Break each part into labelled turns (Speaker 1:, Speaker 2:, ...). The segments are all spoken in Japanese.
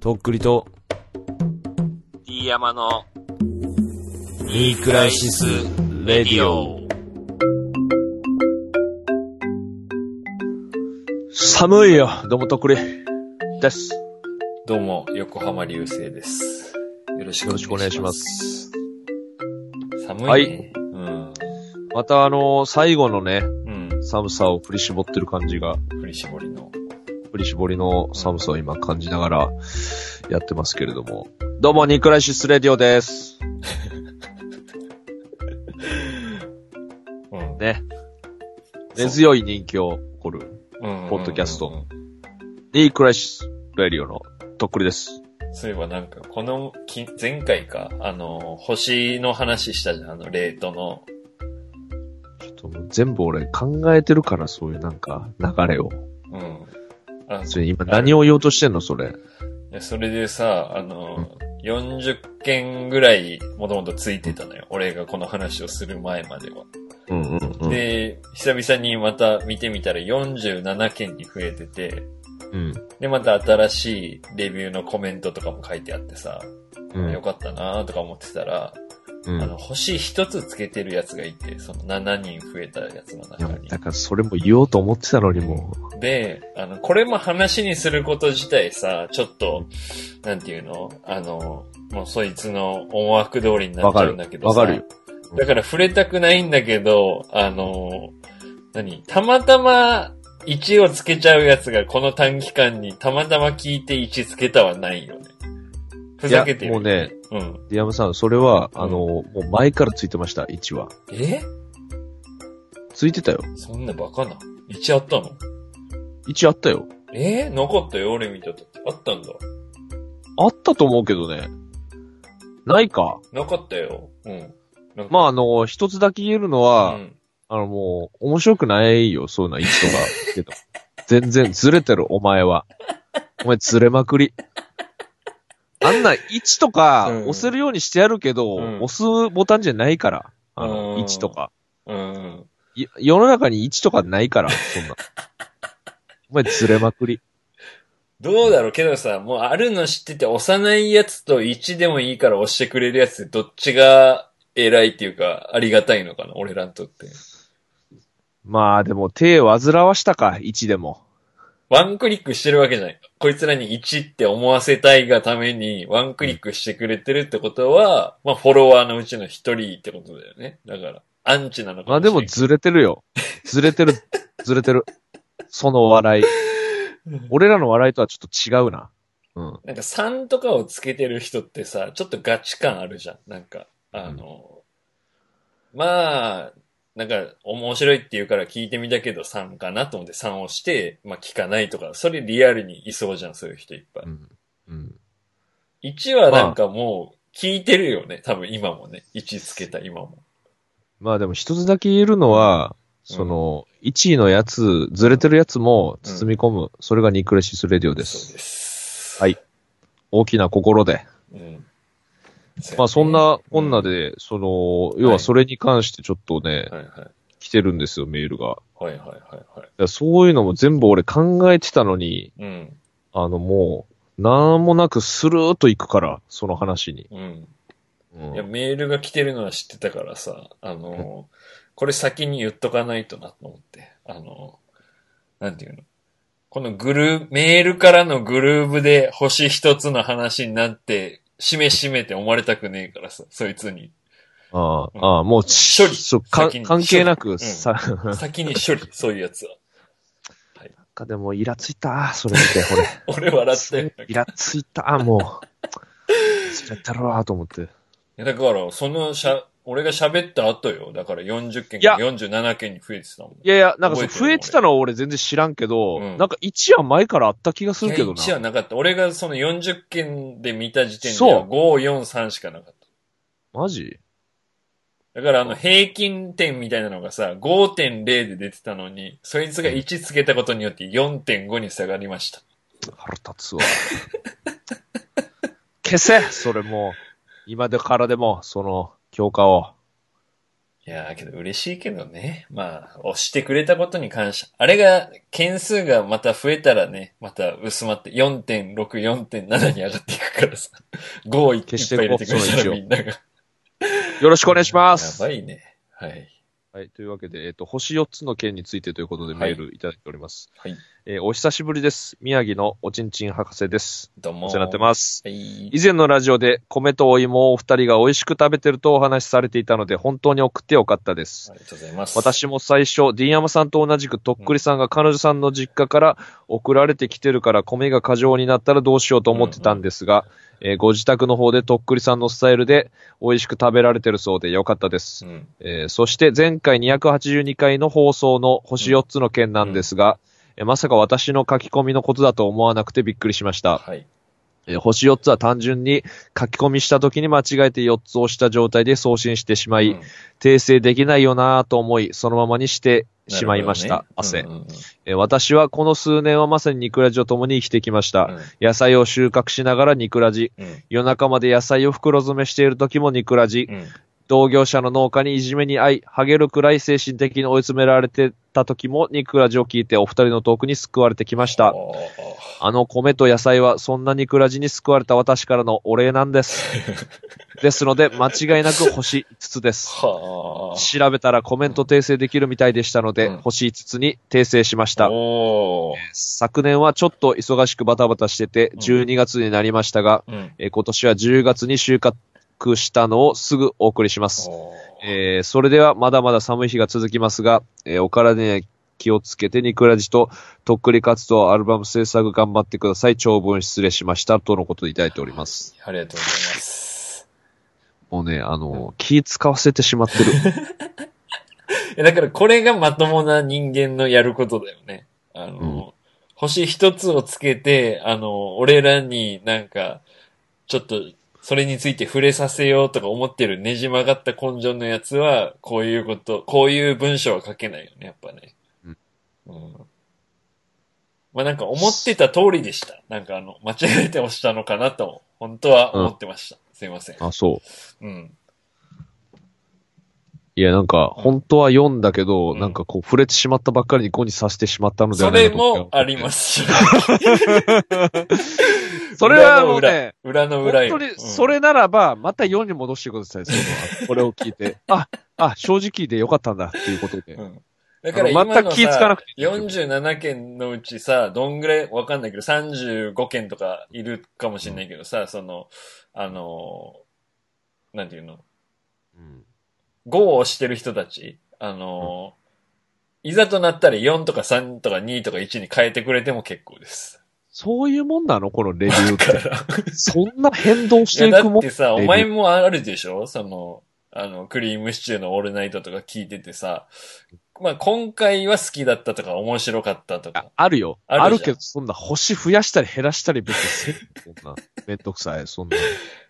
Speaker 1: とっくりと、
Speaker 2: D 山の、
Speaker 1: いいクライシス・レディオ。
Speaker 2: 寒いよ、どうもとっくり。です。
Speaker 3: どうも、横浜流星です。よろし
Speaker 2: よろしく
Speaker 3: く
Speaker 2: お
Speaker 3: お
Speaker 2: 願
Speaker 3: 願
Speaker 2: い
Speaker 3: い
Speaker 2: し
Speaker 3: し
Speaker 2: ま
Speaker 3: ますす。寒い、ね。
Speaker 2: はい
Speaker 3: うん。
Speaker 2: またあのー最後のね、
Speaker 3: うん。
Speaker 2: 寒さを振り絞ってる感じが、
Speaker 3: 振り絞りの。
Speaker 2: 振り絞りの寒さを今感じながらやってますけれども。どうも、ニクライシス・レディオです。
Speaker 3: うん。
Speaker 2: ね。根強い人気を誇る、
Speaker 3: うん
Speaker 2: ポッドキャストニクライシス・レディオのとっくりです。
Speaker 3: そういえばなんか、このき、前回か、あの、星の話したじゃん、あの、レートの。
Speaker 2: ちょっともう全部俺考えてるから、そういうなんか流れを。
Speaker 3: うん。あ
Speaker 2: それ今何を言おうとしてんの、それ。
Speaker 3: いやそれでさ、あの、40件ぐらい、もともとついてたのよ。俺がこの話をする前までは。
Speaker 2: うんうんうん。
Speaker 3: で、久々にまた見てみたら47件に増えてて、
Speaker 2: うん。
Speaker 3: で、また新しいレビューのコメントとかも書いてあってさ、
Speaker 2: うん
Speaker 3: よかったなーとか思ってたら、
Speaker 2: うん
Speaker 3: あの、星一つつけてるやつがいて、その7人増えたやつの
Speaker 2: いや
Speaker 3: 中に
Speaker 2: だ。からそれも言おうと思ってたのにも
Speaker 3: で、あの、これも話にすること自体さ、ちょっと、なんていうのあの、もうそいつの思惑通りに
Speaker 2: う、
Speaker 3: な
Speaker 2: わ
Speaker 3: っち
Speaker 2: か
Speaker 3: ゃうん
Speaker 2: る
Speaker 3: だけ。ど
Speaker 2: わ
Speaker 3: さ。
Speaker 2: かるよ。
Speaker 3: だから触れたくないんだけど、あの、何たまたま1をつけちゃうやつがこの短期間にたまたま聞いて1つけたはないよね。ふざけて
Speaker 2: い
Speaker 3: る。
Speaker 2: やもうね、
Speaker 3: うん。
Speaker 2: ディアムさん、それは、
Speaker 3: うん
Speaker 2: あの、もう前からついてました、1は。
Speaker 3: え
Speaker 2: ついてたよ。
Speaker 3: そんなバカな。1あったの
Speaker 2: 1あったよ。
Speaker 3: え残ったよ、俺見たとき。あったんだ。
Speaker 2: あったと思うけどね。ないか。
Speaker 3: なかったよ。うん。なんか
Speaker 2: まあ、あの、一つだけ言えるの
Speaker 3: う
Speaker 2: は、
Speaker 3: ん。
Speaker 2: あの、もう、面白くないよ、そういうのは、1とかつけても。全然、ずれてる、お前は。お前、ずれまくり。あんな、1とか、
Speaker 3: うん
Speaker 2: 押せるようにしてやるけど、
Speaker 3: うん
Speaker 2: 押すボタンじゃないから。あの、
Speaker 3: うん
Speaker 2: 1とか。
Speaker 3: うん。
Speaker 2: い世の中に1とかないから、そんな。お前、ずれまくり。
Speaker 3: どうだろうけどさ、もうあるの知ってて押さないやつと1でもいいから押してくれるやつどっちが偉いっていうかありがたいのかな俺らにとって。
Speaker 2: まあ、でも、手煩わしたか、1でも。
Speaker 3: ワンクリックしてるわけじゃない。こいつらに1って思わせたいがためにワンクリックしてくれてるってことは、まあフォロワーのうちの一人ってことだよね。だから、アンチなのか
Speaker 2: まあ、でも、
Speaker 3: し
Speaker 2: ずれてるよ。ずれてる、ずれてる。その笑い。
Speaker 3: れない
Speaker 2: 俺らの笑いとはちょっと違うな。うん。
Speaker 3: なんか3とかをつけてる人ってさ、ちょっとガチ感あるじゃん。なんか、あの、まあ、なんか面白いって言うから聞いてみたけど3かなと思って3をして、まあ聞かないとか、それリアルにいそうじゃん、そういう人いっぱ
Speaker 2: うん。うん。
Speaker 3: い。1はなんかもう聞いてるよね、多分今もね。1つけた今も。
Speaker 2: まあでも一つだけ言えるのは、その、1位のやつ、ずれてるやつも包み込む。それがニクレシスレディオで
Speaker 3: そう
Speaker 2: す。
Speaker 3: です。
Speaker 2: はい大きな心で。
Speaker 3: うん。
Speaker 2: まあそんなこんなで、その、要はそれに関してちょっとね
Speaker 3: う、ん。はいはい。
Speaker 2: 来てるんですよ、メールが。だか
Speaker 3: はいはいはいはい。
Speaker 2: らそういうのも全部俺考えてたのに、
Speaker 3: うん。
Speaker 2: あのもう、なんもなくスルーと行くから、その話に。
Speaker 3: うん。
Speaker 2: うん
Speaker 3: いや、メールが来てるのは知ってたからさ、あのー、これ先に言っとかないとなと思って、あのー、なんていうのこのグルー、メールからのグルーブで星一つの話になって、しめしめて思われたくねえからさ、そい つに。
Speaker 2: あ
Speaker 3: うん
Speaker 2: あ、ああ、もう、
Speaker 3: 処理
Speaker 2: そうか
Speaker 3: 先に
Speaker 2: 関係な
Speaker 3: 処
Speaker 2: く、
Speaker 3: 理うん
Speaker 2: さ、
Speaker 3: 先に処理、そういうやつは。
Speaker 2: かでもイラついた、それ見て、これ。
Speaker 3: 俺笑ったよ。
Speaker 2: イラついた、もう。つれたろーと思って。
Speaker 3: いやだから、そのしゃ、俺が喋った後よ。だから40件から47件に増えてたもん。
Speaker 2: いやいや、なんかそ
Speaker 3: 覚
Speaker 2: う
Speaker 3: えてる
Speaker 2: 増えてたのは俺全然知らんけど、
Speaker 3: うん
Speaker 2: なんか一夜前からあった気がするけど
Speaker 3: 1は
Speaker 2: な。
Speaker 3: なかった。俺がその40件で見た時点で
Speaker 2: そう
Speaker 3: は5、4、3しかなかった。
Speaker 2: マジ
Speaker 3: だからあの平均点みたいなのがさ、5.0で出てたのに、そいつが1つけたことによって4.5に下がりました。
Speaker 2: 腹立つわ。 消せそれもう。今でからでも、その、強化を。
Speaker 3: いやーけど嬉しいけどね。まあ、押してくれたことに感謝。あれが、件数がまた増えたらね、また薄まって4.6、4.7に上がっていくからさ。5いっ
Speaker 2: 消して
Speaker 3: ぱい
Speaker 2: い
Speaker 3: 入
Speaker 2: こう
Speaker 3: れてくれた
Speaker 2: そ
Speaker 3: ら
Speaker 2: の
Speaker 3: みんなが。
Speaker 2: よろしくお願いします。
Speaker 3: やばいね。はい。
Speaker 2: はい、というわけで、えっ、と、星4つの件についてということでメールいただいております。
Speaker 3: はい。
Speaker 2: えーお久しぶりです。宮城のおちんちん博士です。
Speaker 3: どうも。。
Speaker 2: お世話になってますす。
Speaker 3: はい。
Speaker 2: 以前のラジオで米とお芋をお二人が美味しく食べてるとお話しされていたので本当に送ってよかったです。
Speaker 3: ありがとうございます。
Speaker 2: 私も最初、ディーンヤマさんと同じくとっくりさんが彼女さんの実家から送られてきてるから米が過剰になったらどうしようと思ってたんですが、えーご自宅の方でとっくりさんのスタイルで美味しく食べられてるそうでよかったです
Speaker 3: う。ん。
Speaker 2: えーそして前回282回の放送の星4つの件なんですが、えーまさか私の書き込みのことだと思わなくてびっくりしました。
Speaker 3: はい。
Speaker 2: えー星4つは単純に書き込みした時に間違えて4つ押した状態で送信してしまい、
Speaker 3: うん
Speaker 2: 訂正できないよなぁと思い、そのままにしてしまいました。汗、
Speaker 3: なるほどね
Speaker 2: えー私はこの数年はまさに肉ラジを共に生きてきました。
Speaker 3: うんうん
Speaker 2: 野菜を収穫しながら肉ラジ。夜中まで野菜を袋詰めしている時も肉ラジ。
Speaker 3: うん。うん。
Speaker 2: 同業者の農家にいじめに遭い、ハゲるくらい精神的に追い詰められてた時も、肉ラジを聞いてお二人のトークに救われてきました。
Speaker 3: おー
Speaker 2: あの米と野菜はそんな肉ラジに救われた私からのお礼なん です。ですので、間違いなく星5つです。
Speaker 3: はあ。
Speaker 2: 調べたらコメント訂正できるみたいでしたので、
Speaker 3: うん
Speaker 2: 星5つに訂正しました。
Speaker 3: おー
Speaker 2: 昨年はちょっと忙しくバタバタしてて、12月になりましたが、
Speaker 3: うん。
Speaker 2: えー今年は10月に収穫したのをすぐお送りします。
Speaker 3: おー
Speaker 2: えーそれではまだまだ寒い日が続きますが、えーお体には気をつけて、ニクラジととっくり活動、アルバム制作頑張ってください。長文失礼しました。とのことでいただいております。
Speaker 3: ありがとうございます。
Speaker 2: もうね、あの、気使わせてしまって る。
Speaker 3: えだからこれがまともな人間のやることだよね。あの、
Speaker 2: うん
Speaker 3: 星一つをつけて、あの、俺らになんか、ちょっと、それについて触れさせようとか思ってるねじ曲がった根性のやつは、こういうこと、こういう文章は書けないよね、やっぱね。
Speaker 2: うん
Speaker 3: うんまあなんか思ってた通りでした。なんかあの、間違えて押したのかなと、本当は思ってました。すいません。
Speaker 2: あ、そう。
Speaker 3: うん。
Speaker 2: いや、なんか、
Speaker 3: うん
Speaker 2: 本当は読んだけど、
Speaker 3: うん
Speaker 2: なんかこう、触れてしまったばっかりに5にさせてしまったので
Speaker 3: そ
Speaker 2: はない
Speaker 3: れ
Speaker 2: かと。
Speaker 3: もありますす。
Speaker 2: それはもうね、
Speaker 3: 裏の裏
Speaker 2: 本当
Speaker 3: よ。
Speaker 2: に、
Speaker 3: うん
Speaker 2: それならば、また4に戻してください。その、 これを聞いて。あ、あ、正直でよかったんだ、っていうことで。
Speaker 3: うんだから
Speaker 2: あ
Speaker 3: 今
Speaker 2: の
Speaker 3: の
Speaker 2: 全く
Speaker 3: さ
Speaker 2: 気ぃつかなくていい
Speaker 3: 47件のうちさ、どんぐらいわかんないけど、35件とかいるかもしれないけどさ、その、あのー、なんていうの、
Speaker 2: うん
Speaker 3: 5を押してる人たち、あのー、いざとなったら4とか3とか2とか1に変えてくれても結構です。
Speaker 2: そういうもんなのこのレビューっ
Speaker 3: だから
Speaker 2: て。そんな変動してい
Speaker 3: いや
Speaker 2: く
Speaker 3: だ
Speaker 2: も
Speaker 3: っ
Speaker 2: ん
Speaker 3: てさ、
Speaker 2: レビュー
Speaker 3: お前もあるでしょその、あの、クリームシチューのオールナイトとか聞いててさ、まあ、今回は好きだったとか面白かったと
Speaker 2: あ
Speaker 3: か。
Speaker 2: あるよ。
Speaker 3: ある
Speaker 2: あ
Speaker 3: じゃん
Speaker 2: るけど、そんな星増やしたり減らしたり別にせんそんな。めんどくさい、そんな。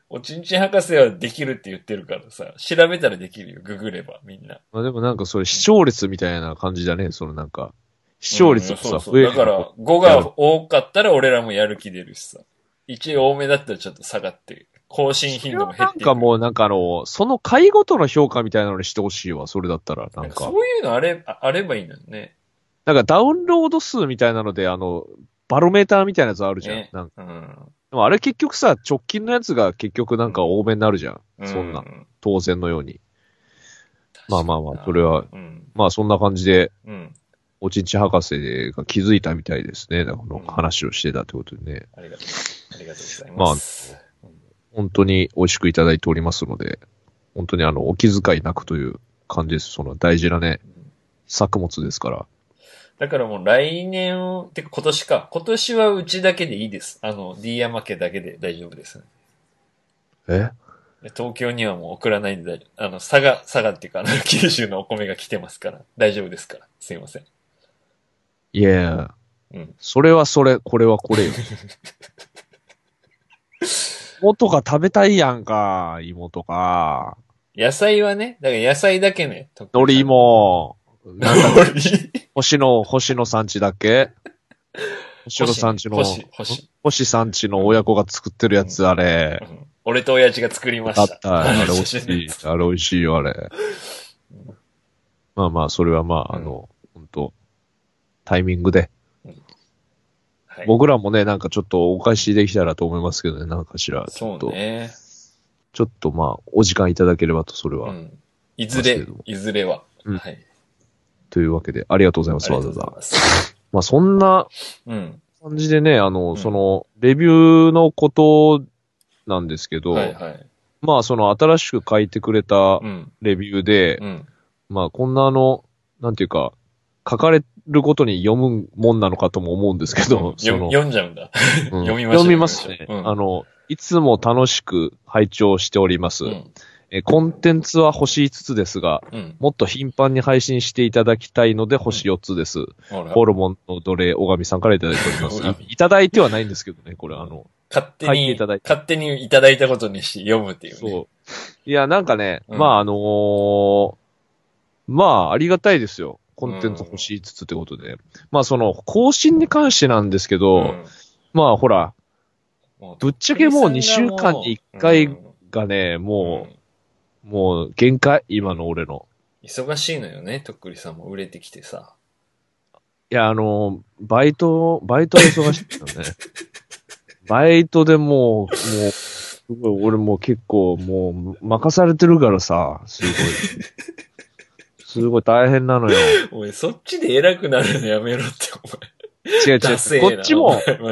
Speaker 3: おちんちん博士はできるって言ってるからさ、調べたらできるよ、ググれば、みんな。
Speaker 2: まあでもなんかそれ視聴率みたいな感じだね、そのなんか。視聴率も
Speaker 3: うんそう
Speaker 2: さ、
Speaker 3: そ
Speaker 2: 増
Speaker 3: う
Speaker 2: え
Speaker 3: だ
Speaker 2: る。
Speaker 3: から、5が多かったら俺らもやる気出るしさ。1多めだったらちょっと下がって、更新頻度も減
Speaker 2: な
Speaker 3: っ
Speaker 2: ん
Speaker 3: ていく
Speaker 2: かもうなんかあの、その回ごとの評価みたいなのにしてほしいわ、それだったら。な
Speaker 3: なん
Speaker 2: ん
Speaker 3: か
Speaker 2: か
Speaker 3: そ、ういうのあれ、ああればいいのにね。
Speaker 2: なんかダウンロード数みたいなので、あの、バロメーターみたいなやつあるじゃん。
Speaker 3: ね
Speaker 2: なんか
Speaker 3: うん。
Speaker 2: でもあれ結局さ、直近のやつが結局なんか多めになるじゃん。そん
Speaker 3: う
Speaker 2: な。。当然のように。まあまあまあ、それ
Speaker 3: は。
Speaker 2: は、
Speaker 3: うん。
Speaker 2: まあそんな感じで、
Speaker 3: うん。
Speaker 2: おちんち博士が気づいたみたいですね。だからこの話をしてたってことでね。
Speaker 3: ありがとう。ありがとうございます。
Speaker 2: 本当に美味しくいただいておりますので、本当にあの、お気遣いなくという感じです。その大事なね、作物ですから。
Speaker 3: だからもう来年、てか今年か。今年はうちだけでいいです。あの、D 山家だけで大丈夫です。
Speaker 2: え
Speaker 3: で東京にはもう送らないんで大丈夫。あの、佐賀、佐賀っていうか、あの、九州のお米が来てますから、大丈夫ですから。すいません。
Speaker 2: いやいや
Speaker 3: うん。
Speaker 2: それはそれ、これはこれ よ。芋とか食べたいやんか、芋とか。
Speaker 3: 野菜はね、だから野菜だけね。特に
Speaker 2: 海苔。も、なんか
Speaker 3: 海苔
Speaker 2: 星の、星の産地だっけ星の産地の、
Speaker 3: 星、星。
Speaker 2: 星産地の親子が作ってるやつ、あれ
Speaker 3: う。ん俺と親父が作りました。
Speaker 2: あったあれ美味
Speaker 3: 話
Speaker 2: し
Speaker 3: してね
Speaker 2: い。あれ美味しいよ、あれ。まあまあ、それはまあ、あの、本当タイミングで。
Speaker 3: はい。
Speaker 2: 僕らもね、なんかちょっとお返しできたらと思いますけどね、なんかしら、ちょっ
Speaker 3: そ
Speaker 2: と、
Speaker 3: うね。
Speaker 2: ちょっとまあ、お時間いただければと、それは、
Speaker 3: うん。いず
Speaker 2: ま
Speaker 3: れ
Speaker 2: すけど、
Speaker 3: いずれは。
Speaker 2: うん
Speaker 3: はい。あり
Speaker 2: というわけで、ありがとうございます、
Speaker 3: が
Speaker 2: わ
Speaker 3: と
Speaker 2: ざ
Speaker 3: う
Speaker 2: わ
Speaker 3: ござい
Speaker 2: ざ。
Speaker 3: ます。
Speaker 2: まあ、そんな
Speaker 3: うん。
Speaker 2: 感じでね、あの、
Speaker 3: ん
Speaker 2: その、レビューのことなんですけど、
Speaker 3: はいはい。
Speaker 2: まあ、その、新しく書いてくれた
Speaker 3: うん。
Speaker 2: レビューで、
Speaker 3: うん。
Speaker 2: まあ、こんなあの、なんていうか、書かれることに読むもんなのかとも思うんですけど、そ
Speaker 3: よ
Speaker 2: の
Speaker 3: 読んじゃうんだ。
Speaker 2: うん
Speaker 3: 読みましょう
Speaker 2: 読みますね。
Speaker 3: うん
Speaker 2: あの、いつも楽しく拝聴しております、
Speaker 3: うん。
Speaker 2: え。コンテンツは星5つですが、
Speaker 3: うん。
Speaker 2: もっと頻繁に配信していただきたいので星4つです。
Speaker 3: ほら
Speaker 2: ホルモンの奴隷、小神さんからいただいておりま
Speaker 3: 小
Speaker 2: す
Speaker 3: 神
Speaker 2: い。いただいてはないんですけどね、これあの、
Speaker 3: 勝手
Speaker 2: 書いて
Speaker 3: に、
Speaker 2: いただいて
Speaker 3: 勝手にいただいたことにして読むっていうね。
Speaker 2: そう。いや、なんかね、
Speaker 3: うん
Speaker 2: まああのーまあありがたいですよ。コンテンツ欲しいつつってことで。まあその、更新に関してなんですけど、
Speaker 3: うん
Speaker 2: まあほら、
Speaker 3: もう
Speaker 2: ぶっちゃけもう2週間に1
Speaker 3: うん
Speaker 2: 回がね、も
Speaker 3: うん
Speaker 2: う、もう限界今の俺の。
Speaker 3: 忙しいのよね、とっくりさんも売れてきてさ。
Speaker 2: いや、あのーバイト、バイトは忙しいんだ よね。バイトでもう、もう、すごい、俺もう結構、もう、任されてるからさ、すごい。すごい大変なのよ。
Speaker 3: おい、そっちで偉くなるのやめろって、
Speaker 2: 違う違う
Speaker 3: ダセえ。な
Speaker 2: こっち も、
Speaker 3: お前
Speaker 2: 違う違う。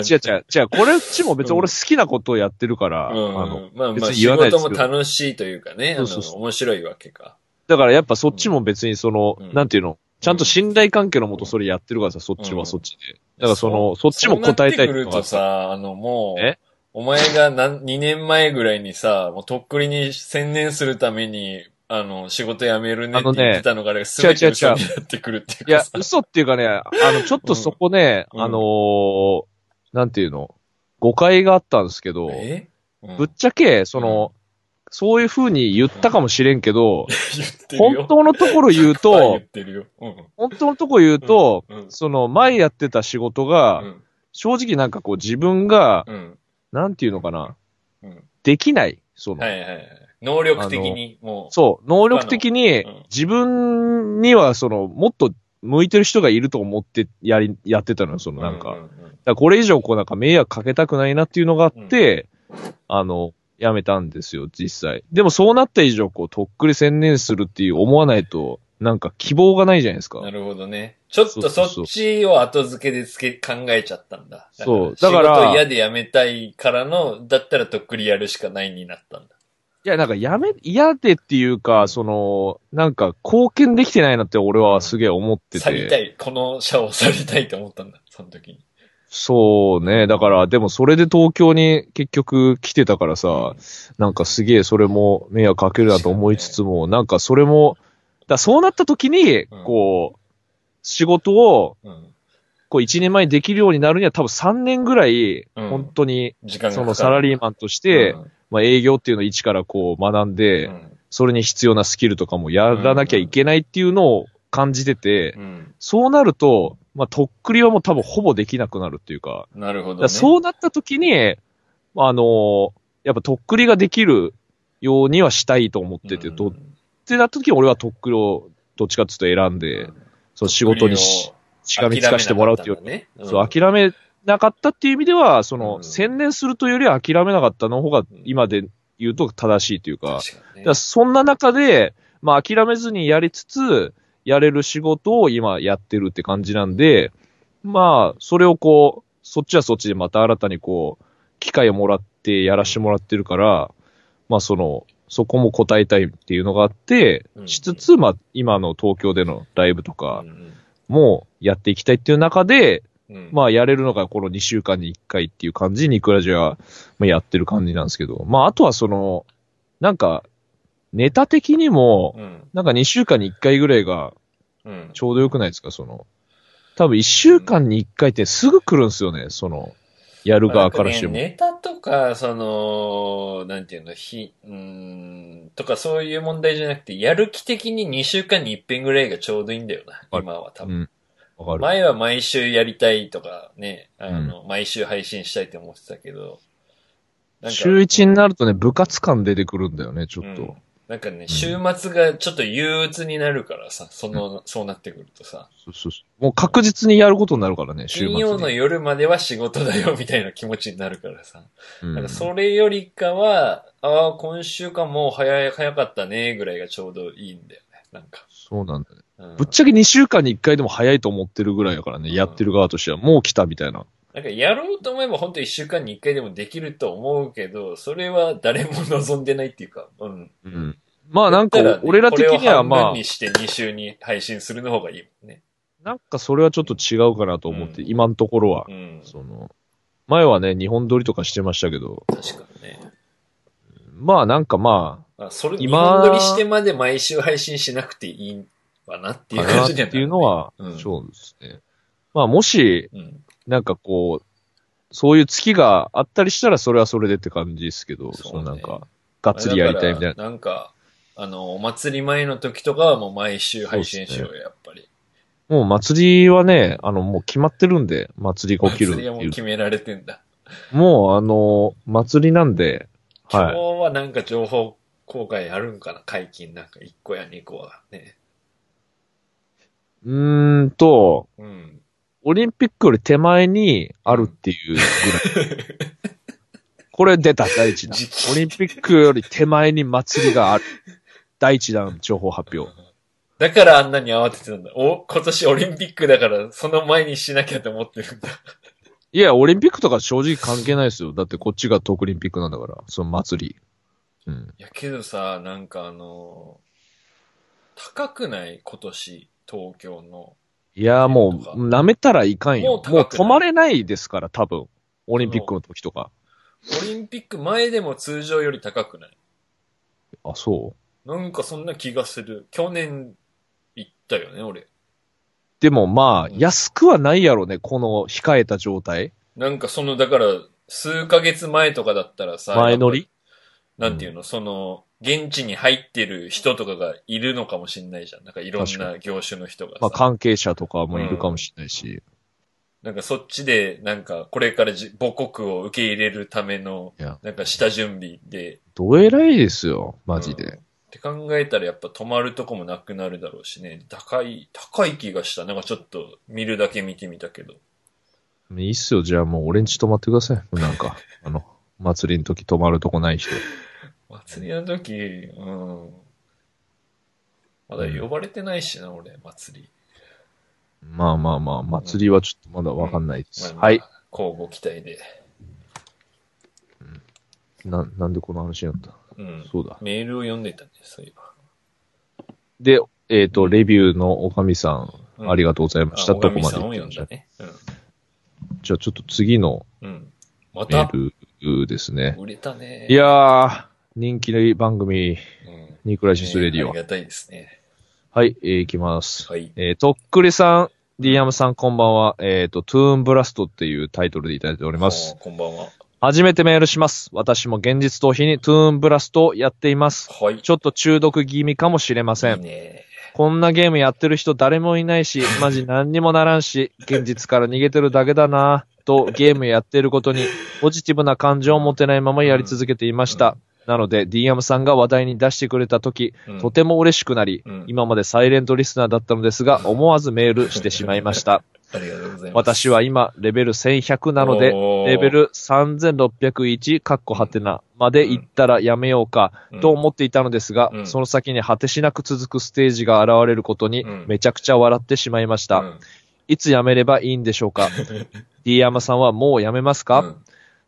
Speaker 2: 違う、これっちも別に俺好きなことをやってるから、
Speaker 3: お
Speaker 2: あ
Speaker 3: 前。
Speaker 2: の
Speaker 3: うん。まあま
Speaker 2: 別
Speaker 3: あ、
Speaker 2: に言
Speaker 3: 仕
Speaker 2: わないです
Speaker 3: 事
Speaker 2: け
Speaker 3: も
Speaker 2: ど
Speaker 3: 楽しいというかね、
Speaker 2: そ
Speaker 3: あの
Speaker 2: うそう、そう
Speaker 3: 面白いわけか。
Speaker 2: だからやっぱそっちも別にその、
Speaker 3: うん
Speaker 2: なんていうの、ちゃんと信頼関係のもとそれやってるからさ、そっちはそっちで。だからその、そっちも答えたい
Speaker 3: そうなってくるとさ、あの、もう
Speaker 2: え、
Speaker 3: お前が何2年前ぐらいにさ、もうとっくりに専念するために、あの、仕事辞めるねって言ってたのが、ね、すべて嘘になってくるっていう
Speaker 2: いや
Speaker 3: かさ、。
Speaker 2: 嘘っていうかね、あの、ちょっとそこね、
Speaker 3: うん
Speaker 2: あのーなんていうの、誤解があったんですけど、
Speaker 3: えうん
Speaker 2: ぶっちゃけ、その、そういう風に言ったかもしれんけど、
Speaker 3: 言ってるよ
Speaker 2: 本当のところ言う
Speaker 3: はい言
Speaker 2: と
Speaker 3: っ、てるよ。うん。
Speaker 2: 本当のところ言うと、
Speaker 3: うん。
Speaker 2: その、前やってた仕事
Speaker 3: う
Speaker 2: が、
Speaker 3: ん。
Speaker 2: 正直なんかこう自分が、
Speaker 3: うん。
Speaker 2: なんていうのかな、
Speaker 3: うん
Speaker 2: できない、その、
Speaker 3: はいはいはい。能力的に、もう。
Speaker 2: そう、能力的に
Speaker 3: うん
Speaker 2: 自分にはその、もっと向いてる人がいると思ってやり、やってたのよ、そのなんか。
Speaker 3: う
Speaker 2: だか
Speaker 3: ううん
Speaker 2: らこれ以上こうなんか迷惑かけたくないなっていうのがあって、あの、やめたんですよ、実際。でもそうなった以上、こう、とっくり専念するっていう思わないと、なんか希望がないじゃないですか。
Speaker 3: なるほどね。ちょっと
Speaker 2: そうそ
Speaker 3: そう
Speaker 2: そう
Speaker 3: っちを後付けでつけ、考えちゃったんだ。
Speaker 2: そうだから
Speaker 3: 仕事嫌で辞めたいからの、だったらとっくりやるしかないになったんだ。
Speaker 2: いや、なんかやめ、嫌でっていうか、その、なんか貢献できてないなって俺はすげえ思ってて。
Speaker 3: 去りたい。この社を去りたいと思ったんだ。その時に。
Speaker 2: そうね。だから、でもそれで東京に結局来てたからさ、なんかすげえそれも迷惑かけるなと思いつつも、なんかそれも、だからそうなった時に
Speaker 3: うん、
Speaker 2: こう、仕事を、
Speaker 3: うん。
Speaker 2: こう一人前にできるようになるには多分3年ぐらい、
Speaker 3: うん
Speaker 2: 本当に、
Speaker 3: 時間がかか
Speaker 2: そ
Speaker 3: る
Speaker 2: のサラリーマンとして、
Speaker 3: うん
Speaker 2: まあ営業っていうのを一からこう学ん
Speaker 3: う
Speaker 2: で、
Speaker 3: ん
Speaker 2: それに必要なスキルとかもやらなきゃいけないっていうのを感じてて
Speaker 3: う、ん。
Speaker 2: そうなると、まあとっくりはもう多分ほぼできなくなるっていうか、
Speaker 3: なるほ
Speaker 2: だ
Speaker 3: ど
Speaker 2: から
Speaker 3: ね。
Speaker 2: そうなった時に、あのーやっぱとっくりができるようにはしたいと思ってて、
Speaker 3: うん
Speaker 2: どってなった時に俺はとっくりをどっちかっていうと選んで、その仕事にししがみつかしてもらうっていうより、
Speaker 3: ね。ん
Speaker 2: そう、諦めなかったっていう意味では、その、
Speaker 3: うん
Speaker 2: 専念するというよりは諦めなかったの方が今で言うと正しいというか、
Speaker 3: 確かにね
Speaker 2: だからそんな中で、まあ諦めずにやりつつ、やれる仕事を今やってるって感じなんで、まあ、それをこう、そっちはそっちでまた新たにこう、機会をもらってやらしてもらってるから、まあその、そこも答えたいっていうのがあって
Speaker 3: う、ん
Speaker 2: しつつ、まあ今の東京でのライブとか
Speaker 3: うん
Speaker 2: もやっていきたいっていう中で、
Speaker 3: うんうん
Speaker 2: まあやれるのがこの2週間に1回っていう感じにニクラジはまあやってる感じなんですけど、まああとはその、なんか、ネタ的にも、
Speaker 3: うん
Speaker 2: なんか2週間に1回ぐらいが
Speaker 3: うん
Speaker 2: ちょうどよくないですか、その。多分1週間に1回ってすぐ来るんですよね、その、やる側からしても。
Speaker 3: まあなんかねネタとか、その、なんていうの、ひ、うーん、とかそういう問題じゃなくて、やる気的に2週間に一遍ぐらいがちょうどいいんだよな、
Speaker 2: ある
Speaker 3: 今は多
Speaker 2: う
Speaker 3: 分。
Speaker 2: ん。わかる。
Speaker 3: 前は毎週やりたいとかね、あの、毎週配信したいって思ってたけど、なんか
Speaker 2: 週1になるとね、部活感出てくるんだよね、ちょっと。
Speaker 3: うんなんかね、週末がちょっと憂鬱になるからさ、その、そうなってくるとさ、
Speaker 2: そうそうそうもう確実にやることになるからね、週末
Speaker 3: 金
Speaker 2: に。
Speaker 3: 曜の夜までは仕事だよみたいな気持ちになるからさ、
Speaker 2: うん
Speaker 3: なんかそれよりかは、ああ、今週間もう早い、早かったね、ぐらいがちょうどいいんだよね、なんか。
Speaker 2: そうなんだね。
Speaker 3: うん
Speaker 2: ぶっちゃけ2週間に1回でも早いと思ってるぐらいだからね、やってる側としては。もう来たみたいな。
Speaker 3: なんかやろうと思えば本当一週間に一回でもできると思うけど、それは誰も望んでないっていうか、うん。
Speaker 2: うん。まあなんか
Speaker 3: だらね、
Speaker 2: 俺ら的には
Speaker 3: これを半
Speaker 2: まあ
Speaker 3: 分、にして2週に配信するの方がいいもんね。
Speaker 2: なんかそれはちょっと違うかなと思って、
Speaker 3: うん
Speaker 2: 今のところは
Speaker 3: う。ん。
Speaker 2: その、前はね、日本撮りとかしてましたけど、
Speaker 3: 確かにね。
Speaker 2: まあなんかまあ、
Speaker 3: まあ、それ、
Speaker 2: 今
Speaker 3: 今撮りしてまで毎週配信しなくていいわなっていう
Speaker 2: かな
Speaker 3: 感
Speaker 2: っ
Speaker 3: じ
Speaker 2: て
Speaker 3: にはなるね
Speaker 2: いうの、は
Speaker 3: うん、
Speaker 2: そうですね。まあもし、
Speaker 3: うん。
Speaker 2: なんかこう、そういう月があったりしたら、それはそれでって感じですけど、
Speaker 3: そうね
Speaker 2: そうなんか、がっつりやりたいみたい
Speaker 3: だからなんか、あの、お祭り前の時とかはもう毎週配信しようよ、やっぱり。
Speaker 2: な。もう祭りはね、あの、もう決まってるんで、祭りが起きるっ
Speaker 3: 祭
Speaker 2: て
Speaker 3: りはもう
Speaker 2: いう。
Speaker 3: 決められてんだ。
Speaker 2: もうあの、祭りなんで、
Speaker 3: 今日
Speaker 2: はい。
Speaker 3: はなんか情報公開あるんかな解禁なんか1個や2個はね。
Speaker 2: うーんと、
Speaker 3: うん。
Speaker 2: オリンピックより手前にあるっていうぐら い。これ出た、第一弾
Speaker 3: 時期。
Speaker 2: オリンピックより手前に祭りがある。第一弾、情報発表。
Speaker 3: だからあんなに慌ててたんだ。お、今年オリンピックだからその前にしなきゃと思って るんだ。
Speaker 2: いや、オリンピックとか正直関係ないですよ。だってこっちが東京オリンピックなんだから、その祭り。うん。
Speaker 3: いやけどさ、なんかあのー高くない今年、東京の。
Speaker 2: いや、もう、舐めたらいかん
Speaker 3: もう
Speaker 2: よ
Speaker 3: 高。く
Speaker 2: もう
Speaker 3: ない
Speaker 2: 止まれないですから、多分。オリンピックの時とか。
Speaker 3: オリンピック前でも通常より高くない
Speaker 2: あ、そう。
Speaker 3: なんかそんな気がする。去年行ったよね、俺。
Speaker 2: でもまあ、
Speaker 3: うん
Speaker 2: 安くはないやろね、この控えた状態。
Speaker 3: なんかその、だから、数ヶ月前とかだったらさ、
Speaker 2: 前乗り
Speaker 3: やっぱなんていうの、その、現地に入ってる人とかがいるのかもしれないじゃん。なんかいろん
Speaker 2: 確か
Speaker 3: な業種の人がさ。
Speaker 2: まあ、関係者とかもいるかもしれないし。
Speaker 3: なんかそっちで、なんかこれからじ母国を受け入れるための
Speaker 2: いや、
Speaker 3: なんか下準備で、
Speaker 2: どえらいですよ、マジ
Speaker 3: うん
Speaker 2: で。
Speaker 3: って考えたらやっぱ泊まるとこもなくなるだろうしね。高い、高い気がした。なんかちょっと見るだけ見てみたけど。
Speaker 2: いいっすよ、じゃあもう俺んち泊まってください。なん か、あの、祭りの時泊まるとこない人。
Speaker 3: 祭りの時、うん。まだ呼ばれてないしな、俺、祭り。
Speaker 2: まあまあまあ、祭りはちょっとまだわかんないで
Speaker 3: まあ
Speaker 2: す。
Speaker 3: まあ
Speaker 2: はい。。
Speaker 3: 交互期待で。
Speaker 2: な、なんでこの話になった
Speaker 3: うん。
Speaker 2: そうだ。
Speaker 3: メールを読んでたね、そういえば。
Speaker 2: で、えっ、と、レビューのおかみさん、
Speaker 3: うん
Speaker 2: ありがとうございました。
Speaker 3: あ
Speaker 2: どこまで
Speaker 3: 小上さんを
Speaker 2: 行
Speaker 3: 読
Speaker 2: っ
Speaker 3: ん
Speaker 2: て
Speaker 3: だ
Speaker 2: まし
Speaker 3: ね。
Speaker 2: たじゃあちょっと次の
Speaker 3: うん。うん。ま
Speaker 2: メ
Speaker 3: た、
Speaker 2: ールですね。
Speaker 3: 売れたね。
Speaker 2: いやー、人気の番組、
Speaker 3: うん、
Speaker 2: ニクラシスレディ
Speaker 3: ね
Speaker 2: オ
Speaker 3: あ。りがたいですね。
Speaker 2: はい、えー、いきます。
Speaker 3: はい。
Speaker 2: えーとっくりさん、ディアムさんこんばんは。えっ、と、トゥーンブラストっていうタイトルでいただいております。
Speaker 3: あー。こんばんは。
Speaker 2: 初めてメールします。私も現実逃避にトゥーンブラストをやっています。
Speaker 3: はい。
Speaker 2: ちょっと中毒気味かもしれませ
Speaker 3: いい
Speaker 2: ん。
Speaker 3: ね。
Speaker 2: こんなゲームやってる人誰もいないし、マジ何にもならんし、現実から逃げてるだけだなぁと、ゲームやってることにポジティブな感情を持てないままやり続けていました。なので、DM さんが話題に出してくれた時、
Speaker 3: うん
Speaker 2: とても嬉しくなり、
Speaker 3: うん
Speaker 2: 今までサイレントリスナーだったのですが、思わずメールしてしまいま した。
Speaker 3: ありがとうございます。
Speaker 2: 私は今、レベル1100なので、
Speaker 3: おー
Speaker 2: レベル3601、カッコハテナまで行ったらやめようか
Speaker 3: うん
Speaker 2: と思っていたのですが、
Speaker 3: うん
Speaker 2: その先に果てしなく続くステージが現れることに
Speaker 3: うん
Speaker 2: めちゃくちゃ笑ってしまいました。
Speaker 3: うん
Speaker 2: いつやめればいいんでしょうか ?D 山さんはもうやめますか、
Speaker 3: うん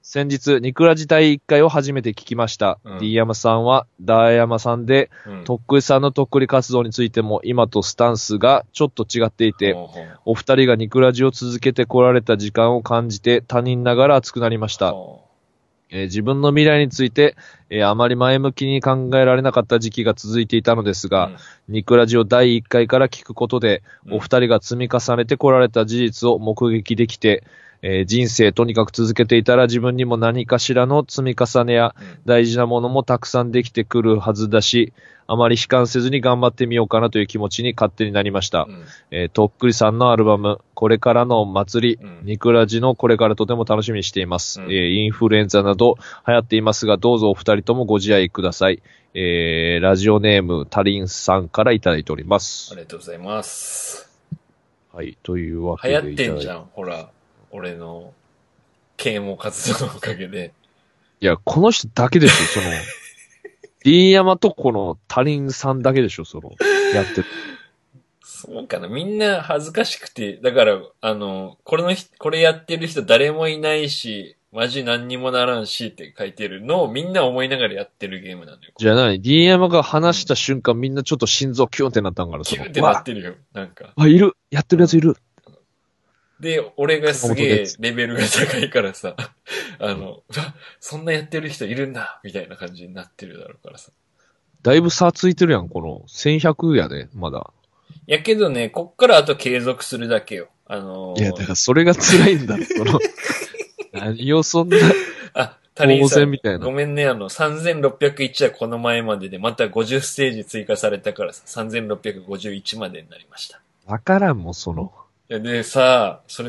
Speaker 2: 先日、ニクラ自体1回を初めて聞きました。
Speaker 3: うん
Speaker 2: D 山さんは、ダー山さんで、
Speaker 3: うん
Speaker 2: とっくりさんのとっくり活動についても今とスタンスがちょっと違っていて、
Speaker 3: ほうほう
Speaker 2: お二人がニクラジを続けてこられた時間を感じて他人ながら熱くなりました。
Speaker 3: ほ
Speaker 2: えー自分の未来について、えーあまり前向きに考えられなかった時期が続いていたのです
Speaker 3: う
Speaker 2: が、ニクラジを第1回から聞くことで、お二人が積み重ねてこられた事実を目撃できて、えー人生とにかく続けていたら自分にも何かしらの積み重ねや
Speaker 3: うん
Speaker 2: 大事なものもたくさんできてくるはずだし、あまり悲観せずに頑張ってみようかなという気持ちに勝手になりました。
Speaker 3: うん
Speaker 2: えーとっくりさんのアルバム、これからの祭り、
Speaker 3: うん
Speaker 2: ニクラジのこれからとても楽しみにしています。
Speaker 3: うん
Speaker 2: えーインフルエンザなど流行っていますが、どうぞお二人ともご自愛ください。えーラジオネーム、タリンさんからいただいておりま
Speaker 3: あ
Speaker 2: す。
Speaker 3: りがとうございます。
Speaker 2: はい、というわけ
Speaker 3: 流
Speaker 2: で。
Speaker 3: 行ってんじ
Speaker 2: ん。
Speaker 3: ゃん、ほら。俺の啓蒙活動のおかげで。
Speaker 2: いや、この人だけでしょ、そ の。D 山とこのタリンさんだけでしょ、その、やってる。
Speaker 3: そうかな。みんな恥ずかしくて。だから、あの、これの人、これやってる人誰もいないし、マジ何にもならんしって書いてるのをみんな思いながらやってるゲームなのよ。
Speaker 2: じゃあ何 ?D 山が話した瞬間、みんなちょっと心臓キュンってなったんから、そ
Speaker 3: キ
Speaker 2: の
Speaker 3: ュンって。なっ
Speaker 2: わ
Speaker 3: てるよ。なんか。
Speaker 2: あ、いるやってるやついる
Speaker 3: で、俺がすげ
Speaker 2: 熊本
Speaker 3: え
Speaker 2: です
Speaker 3: レベルが高いからさ、 あの、うわそんなやってる人いるんだみたいな感じになってるだろうからさ。
Speaker 2: だいぶ差ついてるやん、この。1100やで、まだ。
Speaker 3: やけどね、こっからあと継続するだけよ。あのー
Speaker 2: いや、だからそれが辛い んだ、その。何をそんな。
Speaker 3: あ、他人さ
Speaker 2: 当然
Speaker 3: ん
Speaker 2: みたいな
Speaker 3: ごめんね、あの、3601はこの前までで、また50ステージ追加されたからさ、3651までになりました。
Speaker 2: わからんもん、その。
Speaker 3: いやでさ、それ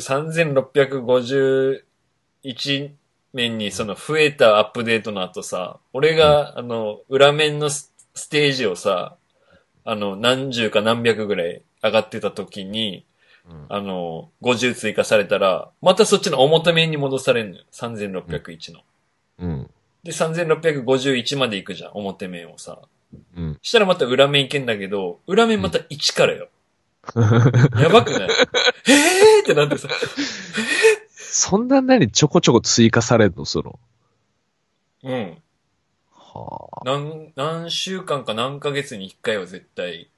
Speaker 3: 3651面にその増えたアップデートの後さ、俺が、あの、裏面のスステージをさ、あの、何十か何百ぐらい上がってた時に、
Speaker 2: うん
Speaker 3: あの、50追加されたら、またそっちの表面に戻されるのよ。3601の。
Speaker 2: うん。
Speaker 3: で、3651まで行くじゃん、表面をさ。
Speaker 2: うん。
Speaker 3: したらまた裏面行けんだけど、裏面また1からよ。やばくない えーってなってさ、
Speaker 2: そんな何ちょこちょこ追加されんの、その。
Speaker 3: うん。
Speaker 2: はあ。
Speaker 3: 何、何週間か何ヶ月に1回は絶対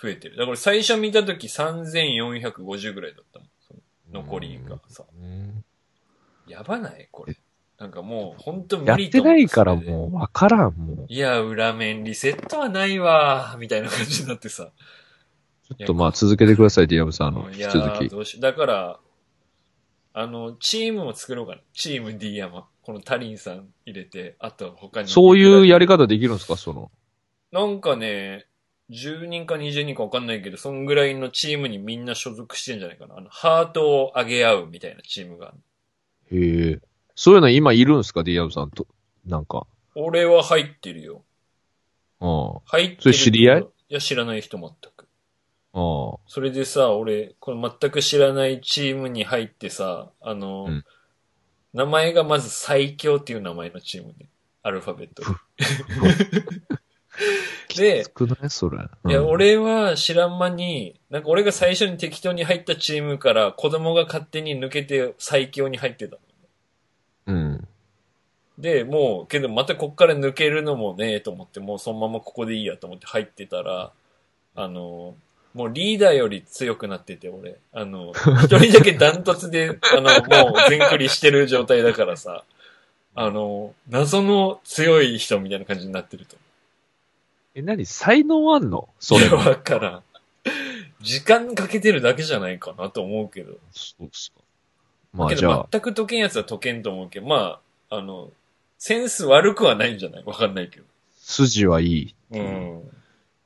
Speaker 3: 増えてる。だから最初見た時3450ぐらいだったもん。その残りがさ。
Speaker 2: うん。
Speaker 3: やばないこれ。なんかもう、ほんと無
Speaker 2: やっ
Speaker 3: 理
Speaker 2: て
Speaker 3: 思う
Speaker 2: ないから
Speaker 3: それで
Speaker 2: もう、わからん、もう。
Speaker 3: いや、裏面リセットはないわ、みたいな感じになってさ。
Speaker 2: ちょっとまあ、続けてください、ディアムさん、あの、
Speaker 3: う
Speaker 2: 引
Speaker 3: んい
Speaker 2: き
Speaker 3: や
Speaker 2: 続
Speaker 3: ー
Speaker 2: き。
Speaker 3: どうしだから、あの、チームを作ろうかな。チーム D 山。このタリンさん入れて、あと他に。
Speaker 2: そういうやり方できるんですか、その。
Speaker 3: なんかね、10人か20人かわかんないけど、そんぐらいのチームにみんな所属してんじゃないかな。あの、ハートを上げ合うみたいなチームがある。
Speaker 2: へえ。そういうの今いるんですか、ディアムさんと。なんか。
Speaker 3: 俺は入ってるよ。
Speaker 2: うん。
Speaker 3: 入ってる
Speaker 2: そ
Speaker 3: けど。
Speaker 2: れ知り合い
Speaker 3: いや、知らない人全く。
Speaker 2: うん。
Speaker 3: それでさ、俺、この全く知らないチームに入ってさ、あの、
Speaker 2: うん
Speaker 3: 名前がまず最強っていう名前のチームで、アルファベットで。で、
Speaker 2: 少ないそれ。うん
Speaker 3: いや、、俺は知らん間に、なんか俺が最初に適当に入ったチームから子供が勝手に抜けて最強に入ってた。
Speaker 2: うん。
Speaker 3: で、もう、けどまたこっから抜けるのもねえと思って、もうそのままここでいいやと思って入ってたら、あの、もうリーダーより強くなってて、俺。あの、一人だけダントツで、あの、もう全クリしてる状態だからさ、あの、謎の強い人みたいな感じになってると。
Speaker 2: え、何才能あんのそれ
Speaker 3: いや。わからん。時間かけてるだけじゃないかなと思うけど。
Speaker 2: そうっすか。まあ
Speaker 3: け
Speaker 2: じゃ
Speaker 3: ど
Speaker 2: あ、
Speaker 3: 全く解けんやつは解けんと思うけど、まあ、あの、センス悪くはないんじゃないわかんないけど。
Speaker 2: 筋はいい。
Speaker 3: うん。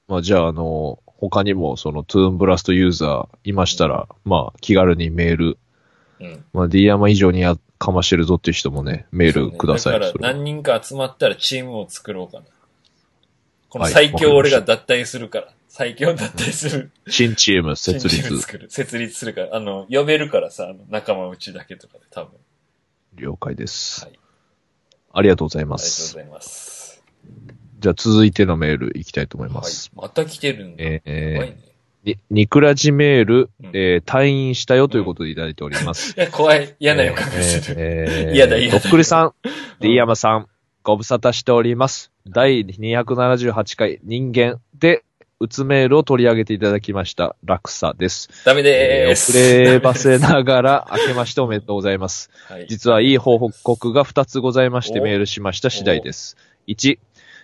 Speaker 2: まあじゃあ、あの、他にもそのトゥーンブラストユーザーいましたら、まあ気軽にメール、
Speaker 3: うん。
Speaker 2: まあ D 山以上にやかましてるぞっていう人もね、メールください。
Speaker 3: そうねだ
Speaker 2: そ
Speaker 3: か
Speaker 2: れ
Speaker 3: ら
Speaker 2: は
Speaker 3: 何人か集まったらチームを作ろうかな。この
Speaker 2: はい
Speaker 3: 最強
Speaker 2: わか
Speaker 3: 俺
Speaker 2: りま
Speaker 3: が
Speaker 2: し
Speaker 3: 脱退するから。最強脱退する。
Speaker 2: 新チーム 設
Speaker 3: チーム
Speaker 2: 立。
Speaker 3: 作る。設立するから。あの、呼べるからさ、あの仲間うちだけとかで多分。
Speaker 2: 了解です、
Speaker 3: はい
Speaker 2: ありがとうござい
Speaker 3: ありが
Speaker 2: ま
Speaker 3: とうござ
Speaker 2: す。
Speaker 3: います。
Speaker 2: じゃあ続いてのメールいきたいと思います。
Speaker 3: はい、また来てるんだ。
Speaker 2: えー
Speaker 3: 怖いね。
Speaker 2: に、ニクラジメール、
Speaker 3: うん
Speaker 2: えー退院したよということでいただいております。
Speaker 3: いや、怖い。 嫌な予感がする。
Speaker 2: えー
Speaker 3: 嫌だ嫌だ
Speaker 2: とっくりさん、D 山さん、ご無沙汰しております。第278回人間で、うつメールを取り上げていただきました、落差です。
Speaker 3: ダメ
Speaker 2: え
Speaker 3: でー
Speaker 2: ー
Speaker 3: す。
Speaker 2: 遅ればせながら、明けましておめでとうございます。
Speaker 3: はい。
Speaker 2: 実はいい報告が2つございまして
Speaker 3: お
Speaker 2: メールしました次第です。1、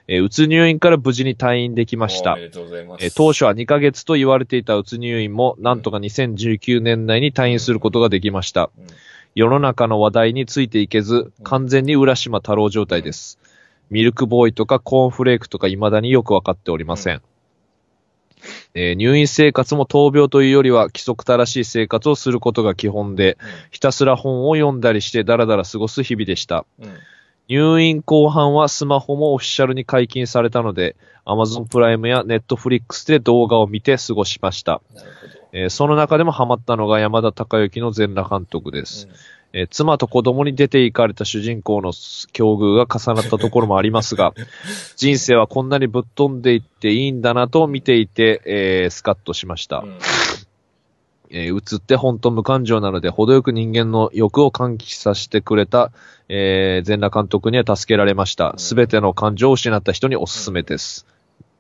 Speaker 2: えーうつ入院から無事に退院できまし
Speaker 3: お
Speaker 2: た
Speaker 3: め。でとうございます。
Speaker 2: えー当初は2ヶ月と言われていたうつ入院も、なんとか2019年内に退院することができました。
Speaker 3: うん
Speaker 2: 世の中の話題についていけず、完全に浦島太郎状態です。ミルクボーイとかコーンフレークとか未だによくわかっておりません。えー入院生活も闘病というよりは規則正しい生活をすることが基本で、ひたすら本を読んだりしてダラダラ過ごす日々でした。
Speaker 3: うん。
Speaker 2: 入院後半はスマホもオフィシャルに解禁されたので、Amazon プライムや Netflix で動画を見て過ごしました。
Speaker 3: なるほど。
Speaker 2: えーその中でもハマったのが山田孝之の全裸監督です。えー妻と子供に出て行かれた主人公の境遇が重なったところもあります が、人生はこんなにぶっ飛んでいっていいんだなと見ていて、えースカッとしました
Speaker 3: う。ん。
Speaker 2: えー、映って本当無感情なので、程よく人間の欲を喚起させてくれた、えー、全裸監督には助けられました。すべての感情を失った人におすすめです。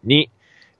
Speaker 2: 2、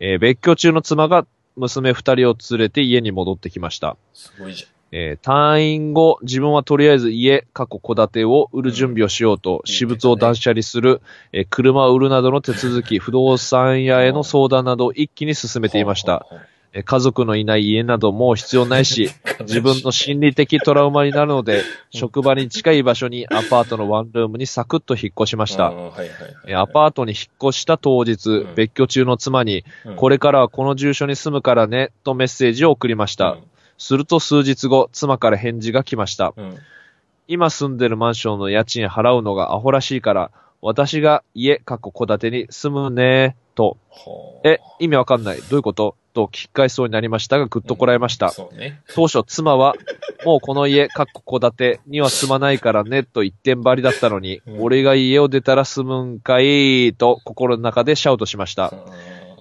Speaker 2: えー別居中の妻が娘2人を連れて家に戻ってきました。
Speaker 3: すごいじ
Speaker 2: えー退院後、自分はとりあえず家、過去戸建てを売る準備をしようと、
Speaker 3: うん
Speaker 2: 私物を断捨離する、えー車を売るなどの手続 き、不動産屋への相談などを一気に進
Speaker 3: ゃん。
Speaker 2: めていました。
Speaker 3: ほうほうほう。
Speaker 2: えー家族のいない家などもう必要ない し、自分の心理的トラウマになるので、職場に近い場所にアパートのワンルームにサクッと引っ越しまし
Speaker 3: う
Speaker 2: た。
Speaker 3: んはいはいはい
Speaker 2: えアパートに引っ越した当日
Speaker 3: う、ん
Speaker 2: 別居中の妻に、
Speaker 3: うん
Speaker 2: これからはこの住所に住むからね、とメッセージを送りました。すると数日後、妻から返事が来ました。
Speaker 3: うん。うん
Speaker 2: 今住んでるマンションの家賃払うのがアホらしいから、私が家、かっこ戸建てに住むね、と。
Speaker 3: ほう
Speaker 2: え、意味わかんない。どういうことと聞き返しそうになりましたが、ぐっとこらえました。
Speaker 3: そうね。
Speaker 2: 当初妻は、もうこの家、かっこ戸建てには住まないからね、と一点張りだったのに、
Speaker 3: うん
Speaker 2: 俺が家を出たら住むんかい、と心の中でシャウトしました
Speaker 3: う。ん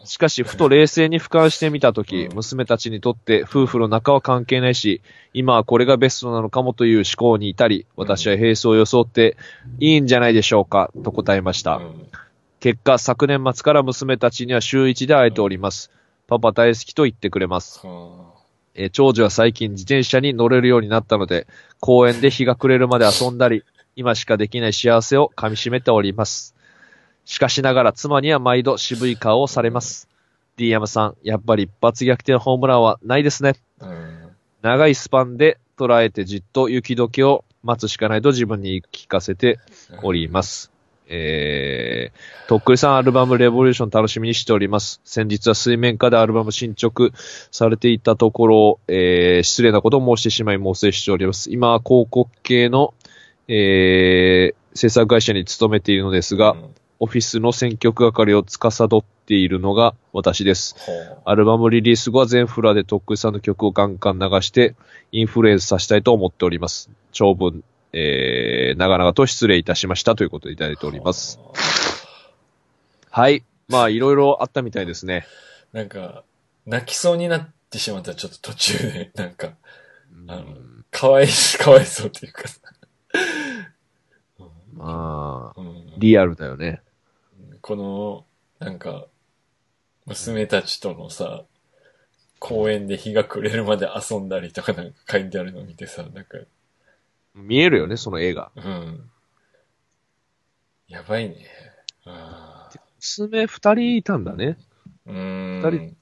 Speaker 2: しかし、ふと冷静に俯瞰してみたとき、
Speaker 3: うん
Speaker 2: 娘たちにとって夫婦の仲は関係ないし、今はこれがベストなのかもという思考に至り、私は並走を装って、いいんじゃないでしょうか、と答えました。
Speaker 3: うん
Speaker 2: 結果、昨年末から娘たちには週一で会えております。パパ大好きと言ってくれます。
Speaker 3: うん
Speaker 2: えー長女は最近自転車に乗れるようになったので、公園で日が暮れるまで遊んだり、今しかできない幸せを噛み締めております。しかしながら妻には毎度渋い顔をされます。D 山さん、やっぱり一発逆転ホームランはないですね。
Speaker 3: うん
Speaker 2: 長いスパンで捉えてじっと雪解けを待つしかないと自分に言い聞かせております。えー、とっくりさんアルバムレボリューション楽しみにしております。先日は水面下でアルバム進捗されていたところ、えー、失礼なことを申してしまい猛省しております。今は広告系の、えー、制作会社に勤めているのですが、
Speaker 3: うん
Speaker 2: オフィスの選曲係を司っているのが私です。
Speaker 3: ほう
Speaker 2: アルバムリリース後は全フラでとっくりさんの曲をガンガン流して、インフルエンスさせたいと思っております。長文、えー、長々と失礼いたしましたということでいただいております。はい。まあ、いろいろあったみたいですね。
Speaker 3: なんか、泣きそうになってしまったらちょっと途中で、 なんか、
Speaker 2: う
Speaker 3: あの
Speaker 2: ん
Speaker 3: かわい そう、かわいそうっていうか。
Speaker 2: まあ、
Speaker 3: うん
Speaker 2: リアルだよね。
Speaker 3: この、なんか、娘たちとのさ、公園で日が暮れるまで遊んだりとかなんか書いてあるの見てさ、なんか、
Speaker 2: 見えるよね、その映画。
Speaker 3: うん。やばいね。あー
Speaker 2: 娘二人いたんだね。
Speaker 3: うー
Speaker 2: 二
Speaker 3: ん。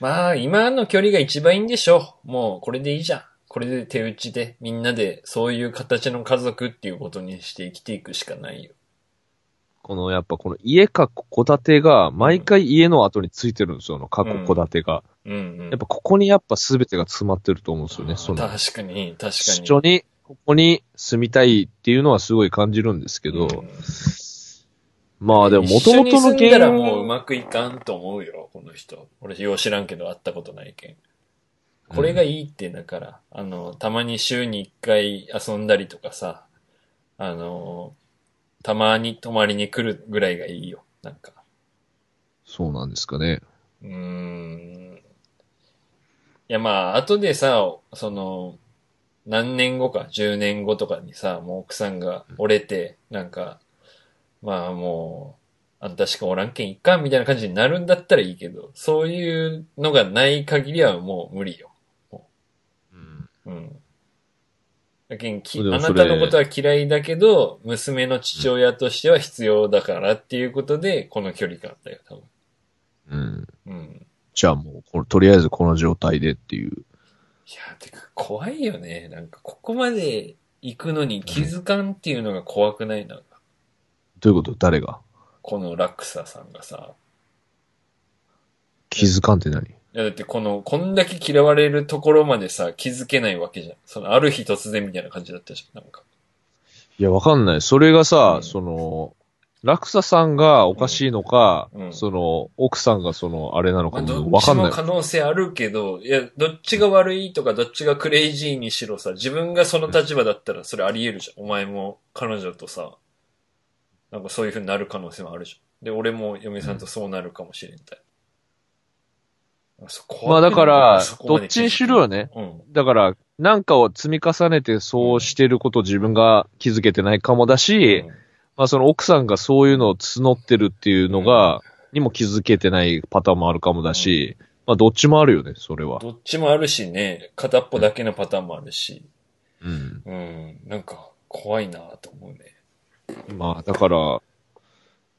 Speaker 3: まあ、今の距離が一番いいんでしょう。もう、これでいいじゃん。これで手打ちで、みんなで、そういう形の家族っていうことにして生きていくしかないよ。
Speaker 2: この、やっぱこの家か戸建てが、毎回家の後についてるんですよ、あの過去戸建てが。
Speaker 3: うんうん。
Speaker 2: やっぱここにやっぱ全てが詰まってると思うんですよ
Speaker 3: あ
Speaker 2: ね、
Speaker 3: ー
Speaker 2: その。
Speaker 3: 確かに、確か
Speaker 2: 一
Speaker 3: に。
Speaker 2: 緒に、ここに住みたいっていうのはすごい感じるんですけど、
Speaker 3: うん
Speaker 2: まあでも
Speaker 3: 一
Speaker 2: 元々
Speaker 3: 緒に
Speaker 2: の
Speaker 3: 住んだらもうう
Speaker 2: 原因
Speaker 3: まくいかんと思うよ、この人。俺、よう知らんけど、会ったことないけん。これがいいって、だから、あの、たまに週に一回遊んだりとかさ、あの、たまに泊まりに来るぐらいがいいよ、なんか。
Speaker 2: そうなんですかね。
Speaker 3: うーん。いや、まあ、後でさ、その、何年後か、10年後とかにさ、もう奥さんが折れて、なんか、まあもう、あんたしかおらんけんいっか、みたいな感じになるんだったらいいけど、そういうのがない限りはもう無理よ。うん。だけんき
Speaker 2: でも
Speaker 3: あ
Speaker 2: そ
Speaker 3: な
Speaker 2: れ
Speaker 3: たのことは嫌いだけど、娘の父親としては必要だからっていうことで、この距離感だよ、多分。
Speaker 2: うん。
Speaker 3: うん。
Speaker 2: じゃあもうこれ、とりあえずこの状態でっていう。
Speaker 3: や、てか怖いよね。なんかここまで行くのに気づかんっていうのが怖くないなんか、
Speaker 2: どういうこと誰が
Speaker 3: この落差さんがさ。
Speaker 2: 気づかんって何
Speaker 3: いやだってこの、こんだけ嫌われるところまでさ、気づけないわけじゃん。その、ある日突然みたいな感じだったじゃん。なんか。
Speaker 2: いや、わかんない。それがさ、
Speaker 3: うん
Speaker 2: その、落差さんがおかしいのか、
Speaker 3: うん
Speaker 2: その、奥さんがその、あれなの
Speaker 3: まあ、
Speaker 2: か
Speaker 3: ど
Speaker 2: も
Speaker 3: っ
Speaker 2: わ
Speaker 3: ち
Speaker 2: かんな
Speaker 3: も
Speaker 2: い。
Speaker 3: 可能性あるけど、いや、どっちが悪いとか、どっちがクレイジーにしろさ、自分がその立場だったらそれあり得るじゃん。お前も彼女とさ、なんかそういう風になる可能性もあるじゃん。で、俺も嫁さんとそうなるかもしれんたい。そこ
Speaker 2: まあ
Speaker 3: は
Speaker 2: だから
Speaker 3: そ、こ
Speaker 2: ど
Speaker 3: まで
Speaker 2: っちにしろよね。
Speaker 3: うん。
Speaker 2: だから、なんかを積み重ねてそうしてること自分が気づけてないかもだし、
Speaker 3: うん
Speaker 2: まあその奥さんがそういうのを募ってるっていうのが、にも気づけてないパターンもあるかもだし、まあどっちもあるよね、それは。
Speaker 3: どっちもあるしね、片っぽだけのパターンもあるし、
Speaker 2: うん。
Speaker 3: うん、なんか怖いなと思うね。
Speaker 2: まあだから、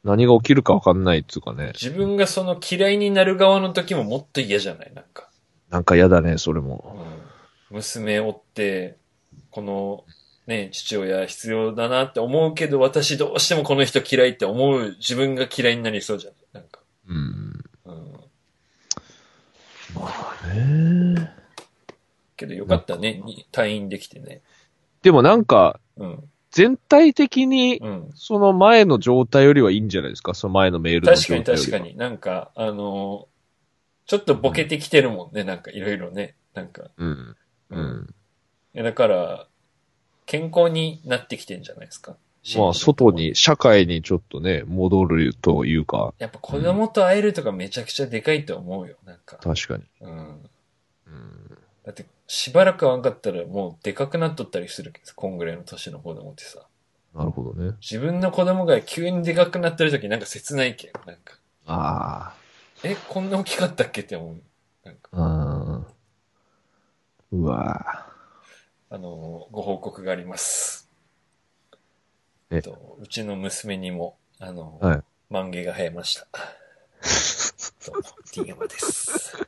Speaker 2: 何が起きるかわかんないっていうかね。
Speaker 3: 自分がその嫌いになる側の時ももっと嫌じゃないなんか。
Speaker 2: なんか嫌だね、それも。
Speaker 3: うん娘を追って、この、ね、父親必要だなって思うけど、私どうしてもこの人嫌いって思う自分が嫌いになりそうじゃん。なんか。
Speaker 2: うん。
Speaker 3: うん。
Speaker 2: ねえ
Speaker 3: けどよかったね。に退院できてね。
Speaker 2: でもなんか、
Speaker 3: うん。
Speaker 2: 全体的に、
Speaker 3: うん。
Speaker 2: その前の状態よりはいいんじゃないですかその前のメールの
Speaker 3: 確か
Speaker 2: 状態よ
Speaker 3: に
Speaker 2: りは
Speaker 3: 確かに。なんか、あのーちょっとボケてきてるもんね。なんかいろいろね。なんか。
Speaker 2: うん。うん。
Speaker 3: いやだから、健康になってきてんじゃないですか。
Speaker 2: まあ、外。に、社会にちょっとね、戻るというか、
Speaker 3: やっぱ子供と会えるとかめちゃくちゃでかいと思うよ。なんか。
Speaker 2: 確かに。
Speaker 3: うん。
Speaker 2: うん。
Speaker 3: だって、しばらく会わんかったらもうでかくなっとったりするけど、こんぐらいの年の子供ってさ。
Speaker 2: なるほどね。
Speaker 3: 自分の子供が急にでかくなってる時なんか切ないけど、なんか。
Speaker 2: あ
Speaker 3: え、こんな大きかったっけって思う。なんか、
Speaker 2: あ。うん。うわ
Speaker 3: あのーご報告があります。
Speaker 2: え
Speaker 3: えっと、うちの娘にも、あのー
Speaker 2: はい
Speaker 3: 万華が生え ました。どうも、ティーヤマです。
Speaker 2: ぁ。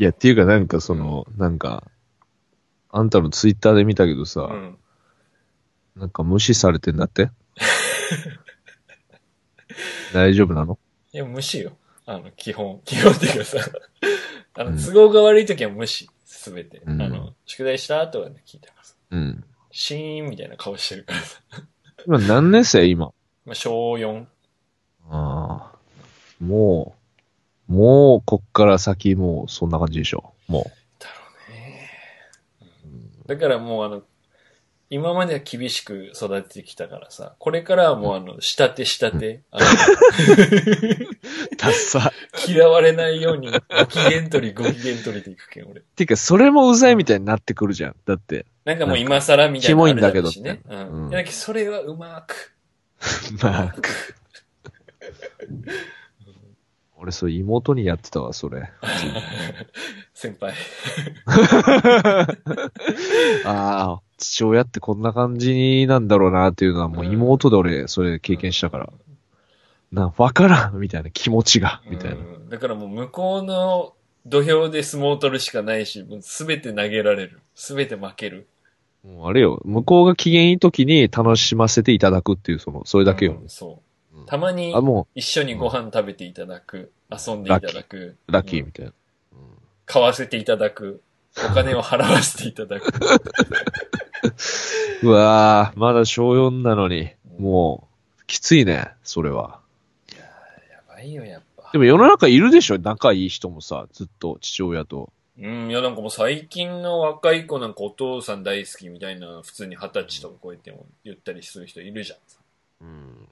Speaker 2: いや、っていうかなんかその、なんか、あんたのツイッターで見たけどさ、
Speaker 3: うん。
Speaker 2: なんか無視されてんだって 大丈夫なの
Speaker 3: いや、無視よ。あの、基本、 基本っていうかさ、あ
Speaker 2: う
Speaker 3: の、
Speaker 2: ん
Speaker 3: 都合が悪い時は無視、すべて。
Speaker 2: うん
Speaker 3: あの、宿題したとはね、聞いてます。
Speaker 2: うん。
Speaker 3: シーンみたいな顔してるからさ。
Speaker 2: 今何年生今。
Speaker 3: まあ、小4。
Speaker 2: ああ。もう、もう、こっから先、もう、そんな感じでしょ。も
Speaker 3: だろうね。だからもうあの、今までは厳しく育ててきたからさ、これからはもうあの、仕立て仕立て、あの
Speaker 2: う。ダッサ。
Speaker 3: 嫌われないように、ご機嫌取りご機嫌取りでいくけん、俺。
Speaker 2: てか、それもうざいみたいになってくるじゃん。だって、
Speaker 3: なんかもう今更みたいなのあるろうし
Speaker 2: なん
Speaker 3: ね
Speaker 2: か。
Speaker 3: う
Speaker 2: い
Speaker 3: ん。
Speaker 2: うん
Speaker 3: いやだけどそれはうまく。
Speaker 2: まあ、俺、それ妹にやってたわ、それ。
Speaker 3: 先輩。
Speaker 2: ああ、父親ってこんな感じなんだろうな、っていうのは、もう妹で俺、それ経験したから。な、わからんみたいな気持ちが、みたいな。
Speaker 3: うんだからもう向こうの土俵で相撲を取るしかないし、もうすべて投げられる。すべて負ける。
Speaker 2: もうあれよ、向こうが機嫌いい時に楽しませていただくっていう、その、それだけよ
Speaker 3: う。んそう
Speaker 2: うん。
Speaker 3: たまに
Speaker 2: あ、も
Speaker 3: 一緒にご飯食べていただく。遊んでいただく。
Speaker 2: う、ラッキー
Speaker 3: うん
Speaker 2: みたいな。
Speaker 3: 買わせていただく。お金を払わせていた だく。
Speaker 2: うわぁ、まだ小4なのに、もう、きついね、それは。
Speaker 3: やばいよ、やっぱ
Speaker 2: で。も世の中いるでしょ仲いい人もさ、ずっと父親と。
Speaker 3: うん、いやなんかもう最近の若い子なんかお父さん大好きみたいな、普通に二十歳とか超えても言ったりする人いるじゃ
Speaker 2: う
Speaker 3: ん。
Speaker 2: ん。